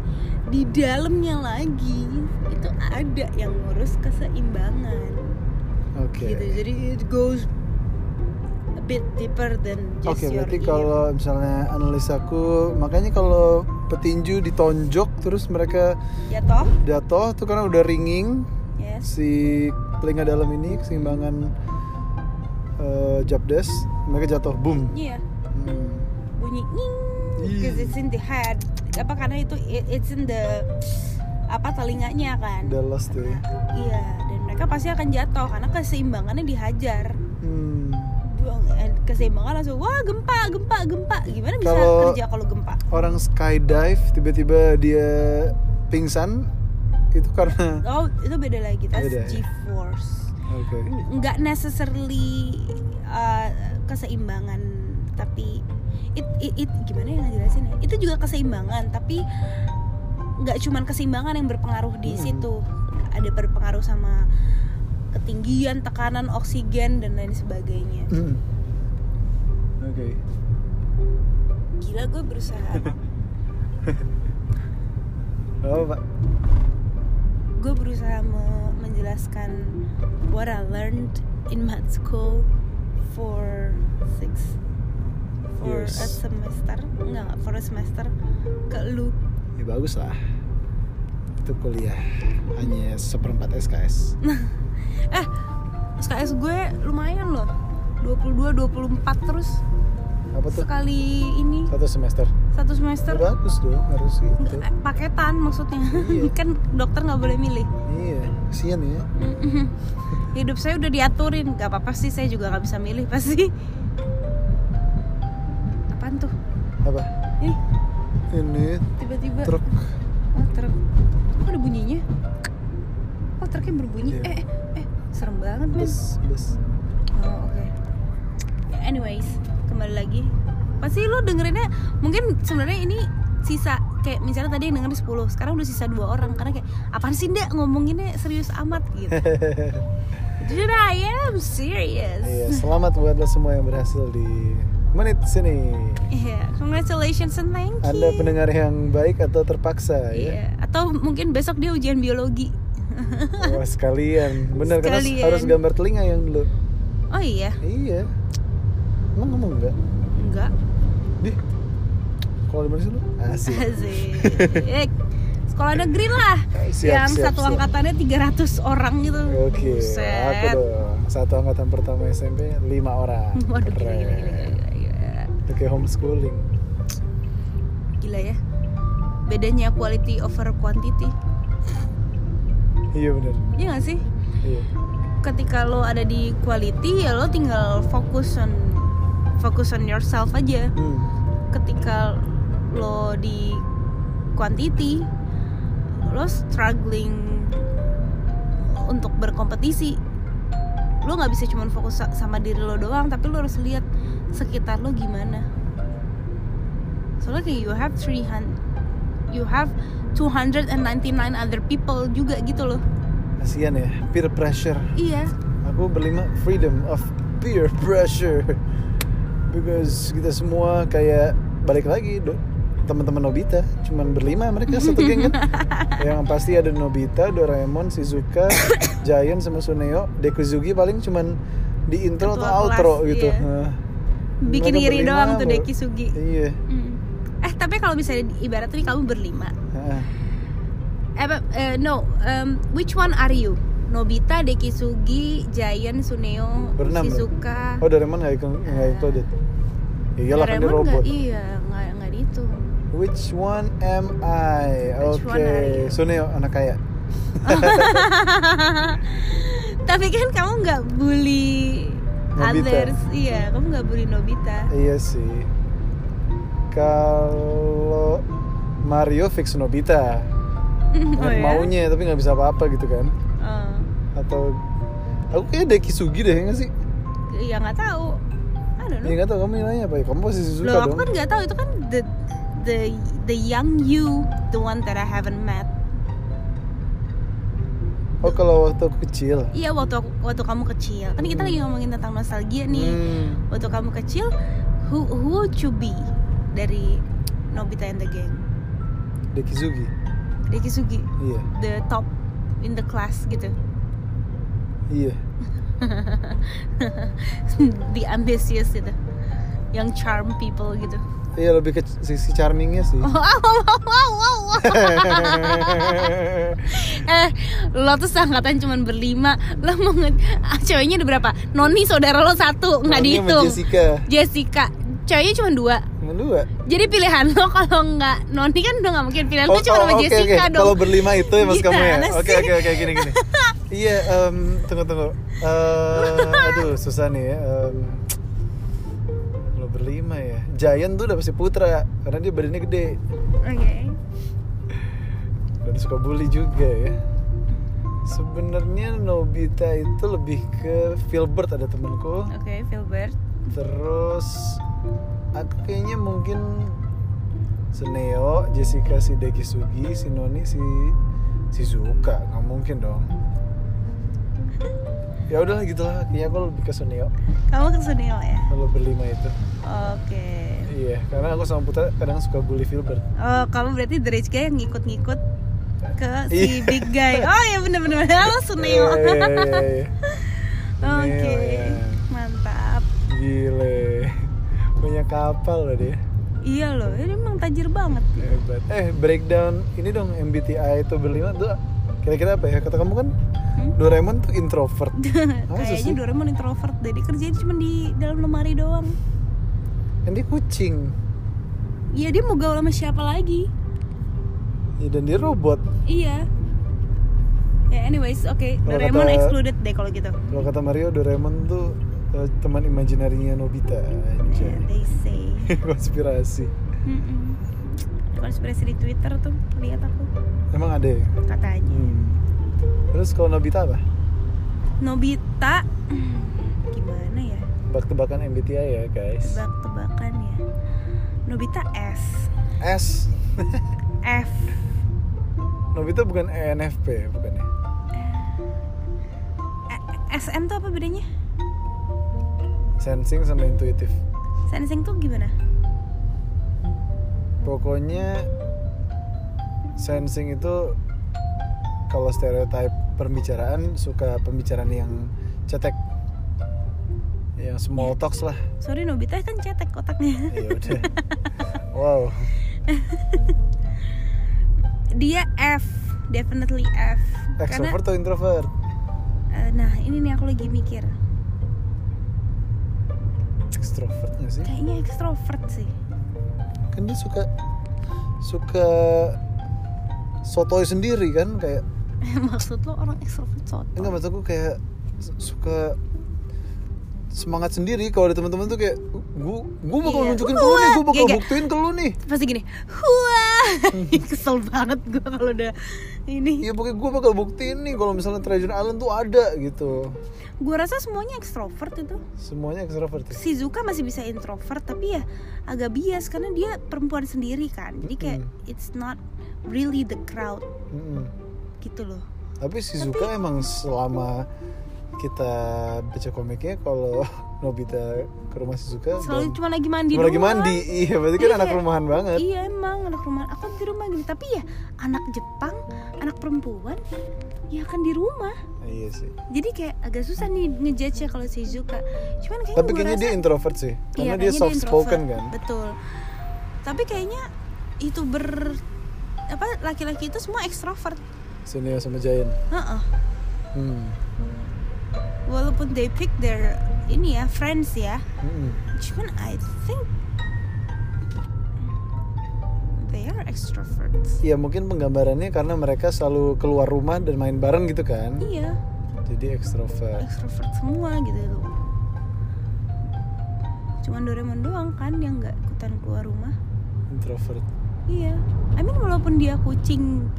di dalamnya lagi itu ada yang ngurus keseimbangan
Oke.
gitu jadi it goes a bit deeper than just
Oke,
your
berarti
ear.
kalau misalnya analisaku, makanya kalau petinju ditonjok terus mereka
ya toh
jatuh tuh karena udah ringing,
yes
si telinga dalam ini keseimbangan eh, jabdes mereka jatuh boom
iya
Hmm.
bunyi nying
Ih.
because it's in the head apa karena itu it- it's in the apa telinganya kan
udah lost tuh ya
iya dan mereka pasti akan jatuh karena keseimbangannya dihajar
Hmm.
Buang, eh, keseimbangan langsung wah gempa gempa gempa gimana bisa
Kalau-
kerja kalau gempa
orang skydive tiba-tiba dia pingsan itu karena
oh itu beda lagi that's
Beda ya?
G force
oke
nggak necessarily uh, keseimbangan tapi it, it, it- gimana ya ngejelasin ya itu juga keseimbangan tapi nggak cuman keseimbangan yang berpengaruh di
Hmm.
situ ada berpengaruh sama ketinggian tekanan oksigen dan lain sebagainya
Hmm. oke
gila gue berusaha
oh pak
gue berusaha me- menjelaskan what I learned in math school for six for a
Years.
semester enggak enggak, for a semester ke lu
ya bagus lah itu kuliah hanya seperempat SKS
SKS gue lumayan loh 22 24 terus
apa tuh
sekali ini
satu semester
satu
Ya,
semester
bagus dong harus gitu
Nggak, eh, paketan maksudnya
Iya.
kan dokter nggak boleh milih
iya kasian ya
hidup saya udah diaturin nggak apa-apa sih saya juga nggak bisa milih pasti apaan tuh
apa
Ih.
ini
tiba-tiba
truk
Oh truk Kok ada bunyinya? Oh truknya berbunyi?
Iya.
Eh, eh, eh Serem banget men
bus bus
Oh oke Ya, Anyways Kembali lagi Pasti lu dengerinnya Mungkin sebenarnya ini sisa kayak misalnya tadi yang denger 10 sekarang udah sisa dua orang karena kayak apaan sih ndak ngomonginnya serius amat gitu dude I am serious
Iya, selamat buat lo semua yang berhasil di menit sini.
Iya, congratulations and thank you
Anda pendengar yang baik atau terpaksa ya?
Iya, atau mungkin besok dia ujian biologi
Wah, Oh, sekalian. Benar karena
Iya. Sekalian.
harus gambar telinga yang dulu.
oh iya
Iya. Emang ngomong enggak?
enggak
Dih. Kalau di mana sih lu? Asik.
Asik. Eh, Sekolah negeri lah.
Siap,
yang
siap,
satu
siap.
angkatannya 300 orang gitu.
Oke, aku
Buset.
dong. Satu angkatan pertama SMP, lima orang.
Waduh, gila, gila, gila,
Keren.
gila, gila.
Itu kayak homeschooling.
Gila ya. Bedanya quality over quantity.
Iya benar.
Iya gak sih?
Iya.
Ketika lo ada di quality ya lo tinggal fokus on fokus on yourself aja.
Hmm.
Ketika lo di quantity lo struggling untuk berkompetisi lo nggak bisa cuma fokus sa- sama diri lo doang tapi lo harus lihat sekitar lo gimana soalnya kayak you have 300 you have 299 other people juga gitu loh
Kasian ya, peer pressure.
iya
Aku berlima freedom of peer pressure because kita semua kayak balik lagi do- teman-teman Nobita cuman berlima mereka satu geng kan yang pasti ada Nobita, Doraemon, Shizuka, Giant sama Suneo, Dekuzuki paling cuman di intro
Ketua
atau outro
kelas,
gitu.
iya.
Nah,
bikin
mereka
iri
berlima
doang tuh
baru-
Deki Sugi
Iya,
Mm. eh tapi kalau misalnya ibarat ini kamu berlima
Heeh.
eh but, eh, no um, which one are you Nobita Dekisugi Giant Suneo
Berenam, bro.
Shizuka
oh Doraemon nggak ikut nggak included iya lah kan dia
Doraemon nggak-
robot
iya nggak nggak itu
which one am I
Which
oke
one are you?
Suneo anak kaya
tapi kan kamu nggak bully
Nobita.
others iya kamu nggak bully Nobita
Iya sih. Kalau Mario fix Nobita,
Oh,
Banyak
ya?
maunya tapi nggak bisa apa-apa gitu kan?
Eh,
Atau aku kayak Deki Sugi deh nggak sih?
ya nggak tahu I don't know
Ya nggak tahu kamu nilainya apa ya? Kamu posisi suka
Loh, aku
dong.
kan nggak tahu itu kan the the the young you, the one that I haven't met.
Oh kalau waktu aku kecil.
Iya waktu aku- waktu kamu kecil, kan kita lagi ngomongin tentang nostalgia nih.
Hmm.
Waktu kamu kecil, who who would you be dari Nobita and the Gang?
Hmm, Deki Sugi.
Dekisugi,
Iya.
the top in the class gitu,
Iya.
the ambitious gitu, yang charm people gitu.
Iya lebih ke sisi charmingnya sih.
Wow, wow, wow, wow, wow. eh lo tuh seangkatan cuman berlima lo mau nge ah, ceweknya ada berapa Noni saudara lo satu
Orangnya
nggak
sama
dihitung
Jessica.
Jessica ceweknya cuma dua
Yang dua.
jadi pilihan lo kalau nggak Noni kan udah nggak mungkin pilihan lo cuma
Oh,
sama
oke, oke.
Jessica dong
Kalau berlima itu ya mas kamu ya.
Gimana
Oke
sih?
oke oke gini gini. iya, em, tunggu tunggu. Eh, aduh susah nih. ya, em. kalau berlima ya, Giant tuh udah pasti putra karena dia badannya gede
Oke.
dan suka bully juga ya. Sebenarnya Nobita itu lebih ke Filbert ada temanku.
oke Filbert
Terus aku kayaknya mungkin Seneo, Jessica, si Deki Sugi, si Noni, si Shizuka nggak mungkin dong. Ya udahlah gitulah, kayaknya aku lebih ke Seneo
kamu ke Sunil ya
kalau berlima itu.
oke
Iya, karena aku sama Putra kadang suka bully Filbert.
oh kamu berarti the rich guy yang ngikut-ngikut ke si
Iya.
big guy oh ya bener-bener lo Sunil
Iya,
oke
iya, iya, iya. Suneo, ya.
mantap
Gile. Punya kapal loh dia.
Iya loh, ini emang tajir banget.
Hebat. Eh, breakdown ini dong MBTI itu berlima tuh kira-kira apa ya? Kata kamu kan Doraemon tuh introvert. Masa
Kayaknya
sih?
Doraemon introvert, jadi kerjanya cuma di dalam lemari doang.
Kan dia kucing.
Iya dia mau gaul sama siapa lagi?
Ya, dan dia robot.
Iya. Ya anyways, oke
Kalau
Doraemon
kata-
excluded deh kalau gitu.
Kalau kata Mario Doraemon tuh eh, teman imajinarinya Nobita
Yeah,
anjay.
they say.
Konspirasi.
Mm-mm. Ada Konspirasi di Twitter tuh lihat aku
Emang ada ya?
katanya.
Hmm. Terus kalau Nobita apa?
Nobita hmm, gimana ya?
Tebak-tebakan MBTI ya, guys.
Tebak-tebakan ya. Nobita S,
S.
F,
Nobita bukan E ENFP bukannya.
E- SM tuh apa bedanya?
Sensing sama intuitif.
Sensing tuh gimana?
Pokoknya sensing itu kalau stereotype pembicaraan suka pembicaraan yang cetek. Yang small talks lah.
Sorry Nobita kan cetek kotaknya.
Ya udah. Wow.
Dia F, definitely F. Karena
Extrovert atau introvert?
eh, nah ini nih aku lagi mikir.
Extrovert nggak sih?
Kayaknya ekstrovert sih.
Kan dia suka suka sotoy sendiri kan kayak
Maksud lo orang ekstrovert soto?
enggak maksudku kayak su- suka semangat sendiri kalau ada teman-teman tuh kayak "Uh, gua gua bakal
Iya.
nunjukin ke lu nih, gua bakal
Iya, iya.
buktiin ke lu nih.
Pasti gini, wah, kesel banget gue kalau udah ini.
Iya pokoknya gua bakal buktiin nih kalau misalnya Treasure Island tuh ada gitu.
Gue rasa semuanya ekstrovert itu.
Semuanya extrovert. ya?
Shizuka masih bisa introvert tapi ya agak bias karena dia perempuan sendiri kan. Jadi kayak
Hmm.
it's not really the crowd
Mm-mm.
gitu loh.
Tapi Shizuka emang selama kita baca komiknya kalau Nobita ke rumah Shizuka
Selalu
dan-
cuma lagi mandi
Mau lagi
doang.
mandi iya berarti kan
Iya.
anak rumahan banget
Iya emang anak rumah aku di rumah gitu tapi ya anak Jepang anak perempuan ya kan di rumah
iya sih
jadi kayak agak susah nih ngejudge ya kalau Shizuka cuman kayaknya
tapi
gua
kayaknya
rasa-
dia introvert sih
iya,
karena
kayaknya
dia soft spoken
introvert.
kan
betul tapi kayaknya youtuber apa laki-laki itu semua ekstrovert
Sunil sama Jayan
Heeh.
hmm.
walaupun they pick their ini ya friends ya
Mm-mm.
cuman I think they are extroverts
ya mungkin penggambarannya karena mereka selalu keluar rumah dan main bareng gitu kan
iya
jadi ekstrovert
extrovert semua gitu loh cuman Doraemon doang kan yang nggak ikutan keluar rumah
introvert
iya I mean walaupun dia kucing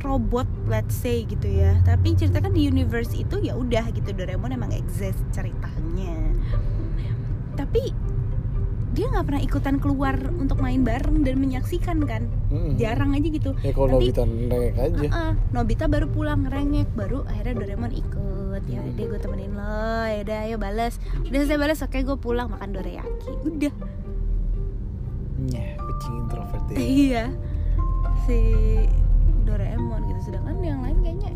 robot let's say gitu ya tapi ceritakan di universe itu ya udah gitu Doraemon emang exist ceritanya tapi dia nggak pernah ikutan keluar untuk main bareng dan menyaksikan kan
Mm-mm.
jarang aja gitu
ya kalau
Nanti-
Nobita nengek aja
Heeh, Nobita baru pulang rengek baru akhirnya Doraemon ikut ya
Hmm.
udah gue temenin lo ya udah ayo balas udah saya balas oke gue pulang makan dorayaki udah
Nyah, Iya, kucing introvert ya
iya si Doraemon gitu sedangkan yang lain kayaknya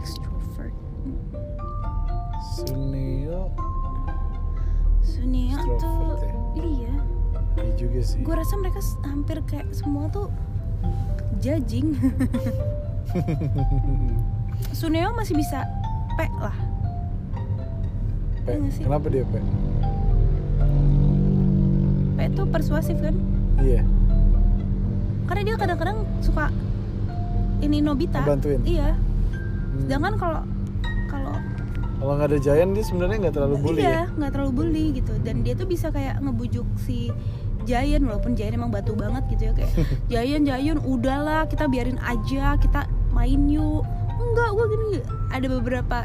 extrovert
Sunil
Sunio tuh
Extrovert ya.
iya
Iya juga sih
gue rasa mereka s- hampir kayak semua tuh judging Suneo masih bisa pe lah
Pe,
nggak Iya sih?
kenapa dia Pe?
pe tuh persuasif kan
Iya,
karena dia kadang-kadang suka ini Nobita
Ngebantuin?
iya
Hmm.
sedangkan kalau kalau
Kalau nggak ada Jayan dia sebenarnya nggak terlalu bully ya.
iya nggak terlalu bully gitu dan dia tuh bisa kayak ngebujuk si Jayan walaupun Jayan emang batu banget gitu ya kayak Jayan Jayan udahlah kita biarin aja kita main yuk enggak gue gini ada beberapa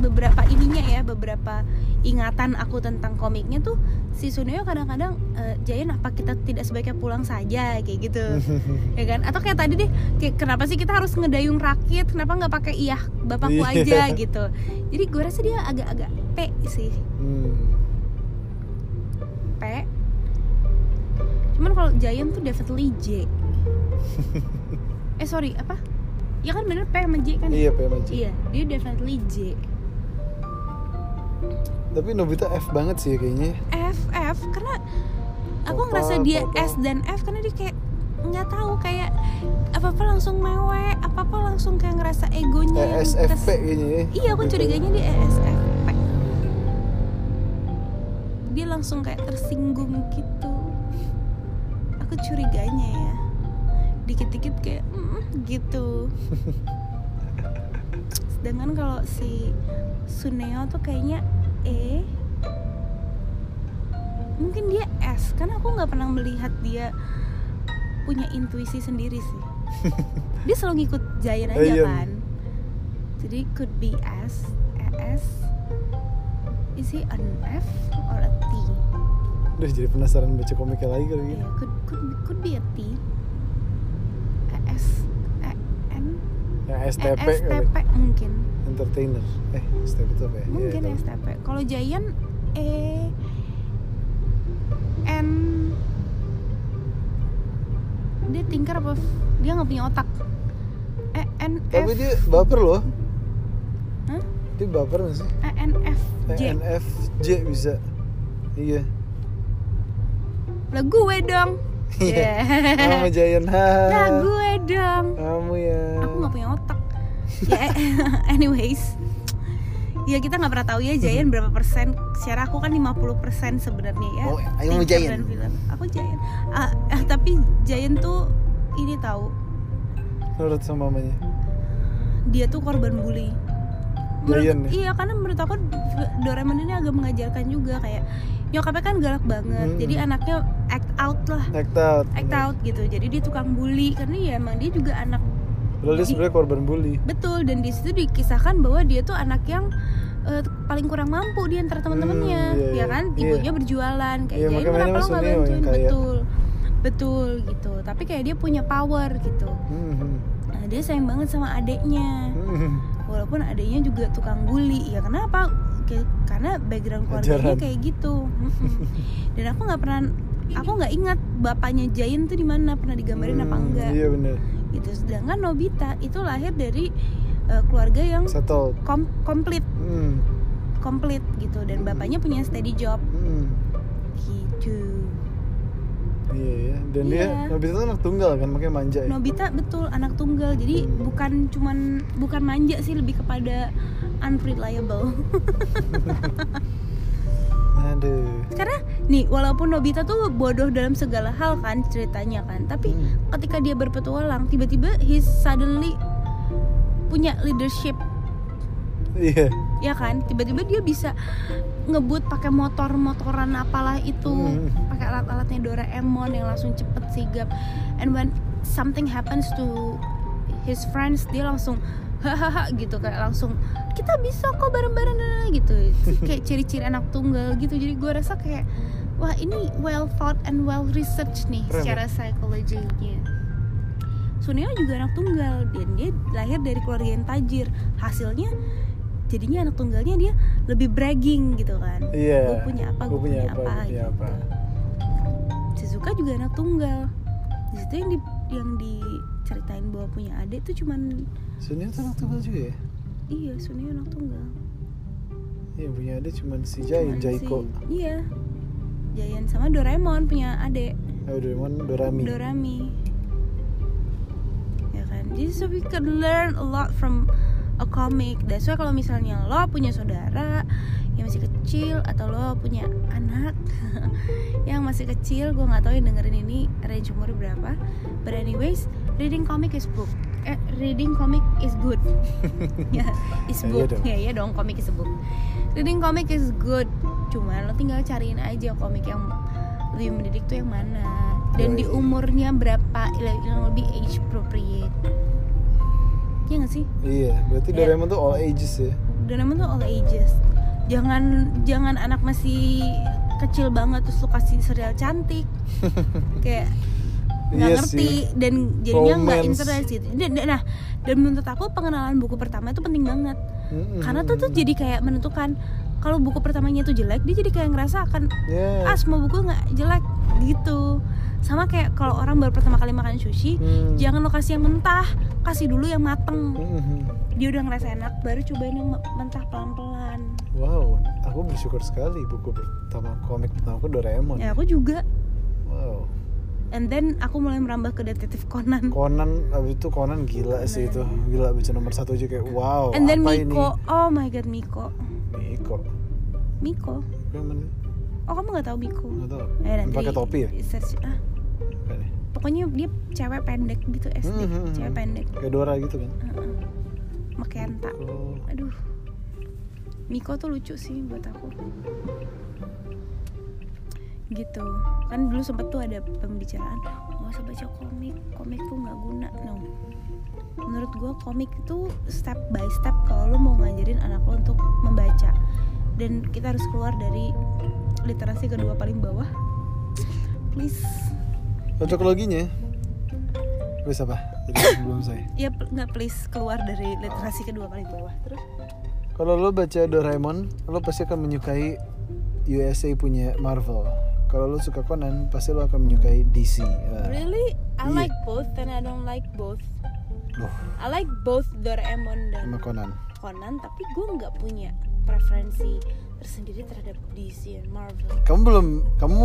beberapa ininya ya beberapa ingatan aku tentang komiknya tuh si Suneo kadang-kadang eh, Jayan apa kita tidak sebaiknya pulang saja kayak gitu ya kan atau kayak tadi deh kayak kenapa sih kita harus ngedayung rakit kenapa nggak pakai iya bapakku
Iya.
aja gitu jadi gue rasa dia agak-agak pe sih
ya. Hmm.
pe cuman kalau Jayan tuh definitely J eh sorry apa ya kan bener pe sama J kan
Iya Pe Maji.
Iya, dia definitely J
Tapi Nobita F banget sih kayaknya.
F F karena aku
Papa,
ngerasa dia
papa.
S dan F karena dia kayak nggak tahu kayak apa apa langsung mewek apa apa langsung kayak ngerasa egonya
Eh,
yang
ESFP
kes-
kayaknya ya.
Iya, aku
Nobita.
curiganya dia ESFP. Dia langsung kayak tersinggung gitu. Aku curiganya ya. Dikit-dikit kayak "Mm," gitu. Sedangkan kalau si Suneo tuh kayaknya E mungkin dia S karena aku nggak pernah melihat dia punya intuisi sendiri sih dia selalu ngikut Jayan aja
Jayan.
kan jadi could be S S is he an F or a T
Duh jadi penasaran baca komiknya lagi kali ya.
yeah,
ini.
could could could be a T A S A N
Ya,
A
STP
Eh, S T
kali.
P mungkin
Entertainer. Eh, STP itu apa ya? Iya,
mungkin
tahu.
STP kalau Jayan E N dia tinker apa F? dia nggak punya otak E N F
Tapi dia baper loh.
Hah?
Dia baper nggak sih?
E N F J
ENFJ bisa. Iya.
lah gue dong
Iya. Sama
Yeah.
Jayan. Ha.
lah gue dong
Kamu ya.
aku nggak punya otak ya anyways ya kita nggak pernah tahu ya
Mm-hmm.
Jayan berapa persen secara aku kan 50 persen sebenarnya ya
Oh, ayo mau
Tiga
Jayan.
brand film. aku Jayan ah, ah, tapi Jayan tuh ini tahu
Nurut sama mamanya.
dia tuh korban bully Menurut-
Jayan ya?
iya karena menurut aku Doraemon ini agak mengajarkan juga kayak nyokapnya kan galak banget
Hmm.
jadi anaknya act out lah
Act out.
act out gitu jadi dia tukang bully karena ya emang dia juga anak
Padahal dia sebenarnya korban bully.
Betul dan di situ dikisahkan bahwa dia tuh anak yang eh, paling kurang mampu di antara teman-temannya,
Hmm, iya,
ya kan?
iya.
Ibunya berjualan kayak
Iya,
jadi
makanya
kenapa lo
maksudnya
nggak
yang
bantuin?
kayak-
Betul. Betul gitu. Tapi kayak dia punya power gitu.
Hmm.
Nah, dia sayang banget sama adeknya.
Hmm.
Walaupun adeknya juga tukang bully. Ya kenapa? Kayak- Karena background
Ajaran.
keluarganya kayak gitu. Mm-mm. Dan aku nggak pernah aku nggak ingat bapaknya Jain tuh di mana pernah digambarin apa
Hmm,
enggak
Iya benar.
gitu sedangkan Nobita itu lahir dari eh, keluarga yang
Settle.
kom komplit
Hmm.
komplit gitu dan bapaknya punya steady job
Hmm.
gitu
Iya, iya. Dan dia
Iya.
Nobita tuh anak tunggal kan, makanya manja ya.
Nobita betul anak tunggal jadi bukan cuman bukan manja sih lebih kepada unreliable
Aduh.
karena nih walaupun Nobita tuh bodoh dalam segala hal kan ceritanya kan tapi
Hmm.
ketika dia berpetualang tiba-tiba he suddenly punya leadership
Iya.
ya kan tiba-tiba dia bisa ngebut pakai motor-motoran apalah itu
Hmm.
pakai alat-alatnya Doraemon yang langsung cepet sigap and when something happens to his friends dia langsung hahaha gitu kayak langsung kita bisa kok bareng-bareng dan- gitu kayak ciri-ciri anak tunggal gitu jadi gue rasa kayak wah ini well thought and well researched nih
Keren ya?
secara psikologinya Suneo juga anak tunggal dan dia lahir dari keluarga yang tajir hasilnya jadinya anak tunggalnya dia lebih bragging gitu kan
Iya.
gue punya apa gue
Gua
punya, apa,
gua punya
gitu.
apa.
Shizuka juga anak tunggal di situ yang di yang diceritain bahwa punya adik tuh cuman
Sunil tuh anak tunggal juga ya?
iya Sunio anak tunggal
Iya, punya ada cuman si Jai,
Cuman
Jaiko.
si- iya Jayan sama Doraemon punya adik
Oh, Doraemon, Dorami.
Dorami ya kan jadi so we could learn a lot from a comic that's why kalau misalnya lo punya saudara yang masih kecil atau lo punya anak yang masih kecil gue nggak tahu yang dengerin ini range umur berapa but anyways reading comic is book eh, reading comic is good ya is
Ya, iya
book
dong.
ya iya dong comic is a book reading comic is good cuman lo tinggal cariin aja komik yang lebih mendidik tuh yang mana dan
Yoi.
di umurnya berapa yang lebih age appropriate ya nggak sih
Iya, berarti
Iya.
Doraemon tuh all ages ya.
Doraemon tuh all ages jangan jangan anak masih kecil banget terus lu kasih serial cantik kayak nggak
Iya
ngerti
sih.
dan jadinya nggak
Romance.
interest gitu Dan- dan- nah dan menurut aku pengenalan buku pertama itu penting banget
Mm-mm.
karena tuh tuh jadi kayak menentukan kalau buku pertamanya tuh jelek dia jadi kayak ngerasa akan
Iya.
ah semua buku nggak jelek gitu sama kayak kalau orang baru pertama kali makan sushi
Hmm.
jangan lo kasih yang mentah kasih dulu yang mateng
Mm-mm.
dia udah ngerasa enak baru cobain yang me- mentah pelan pelan
Wow, aku bersyukur sekali buku pertama komik pertama aku Doraemon.
ya aku juga
Wow.
and then aku mulai merambah ke detektif Conan
Conan abis itu Conan gila sih itu. Gila baca nomor satu aja kayak wow.
and then
apa
Miko oh my god Miko
ini? Miko.
Miko
Miko mana?
oh kamu nggak tahu Miko
Enggak tahu.
eh, nanti
Pakai topi ya?
search- ah,
Bukan ya?
pokoknya dia cewek pendek gitu SD
Hmm, hmm, hmm.
cewek pendek
Kayak Dora gitu kan.
Heeh. Makenta
Oh,
aduh Miko tuh lucu sih buat aku gitu kan dulu sempet tuh ada pembicaraan nggak usah baca komik komik tuh nggak guna no menurut gue komik itu step by step kalau lo mau ngajarin anak lo untuk membaca dan kita harus keluar dari literasi kedua paling bawah please
Cocokologinya. Wes apa? Jadi belum saya.
ya pl- nggak please keluar dari literasi kedua paling bawah terus
Kalau lo baca Doraemon, lo pasti akan menyukai USA punya Marvel. Kalau lo suka Conan, pasti lo akan menyukai DC. Eh,
Really, I
Iya.
like both and I don't like both.
Loh,
I like both Doraemon dan
sama Conan.
Conan, tapi gue nggak punya preferensi tersendiri terhadap DC dan Marvel.
Kamu belum, kamu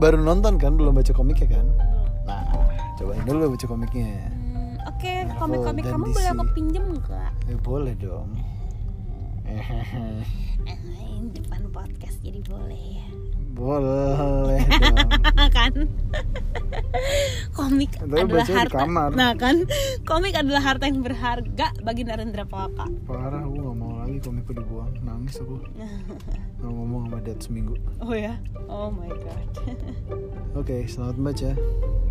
baru nonton kan, belum baca komiknya kan?
Belum.
Nah, cobain dulu baca komiknya.
Hmm, Oke,
Marvel
komik-komik
dan
kamu
DC.
boleh aku pinjem nggak?
Eh, boleh dong.
Eh, ini depan podcast jadi boleh ya.
boleh dong.
kan komik
Tapi
adalah
bacanya di
harta
kamar.
nah kan komik adalah harta yang berharga bagi Narendra Paka
Parah, aku gak mau lagi komik udah buang. Nangis aku. Gak
Oh
ngomong sama dad seminggu.
oh ya oh my god
Oke, selamat baca.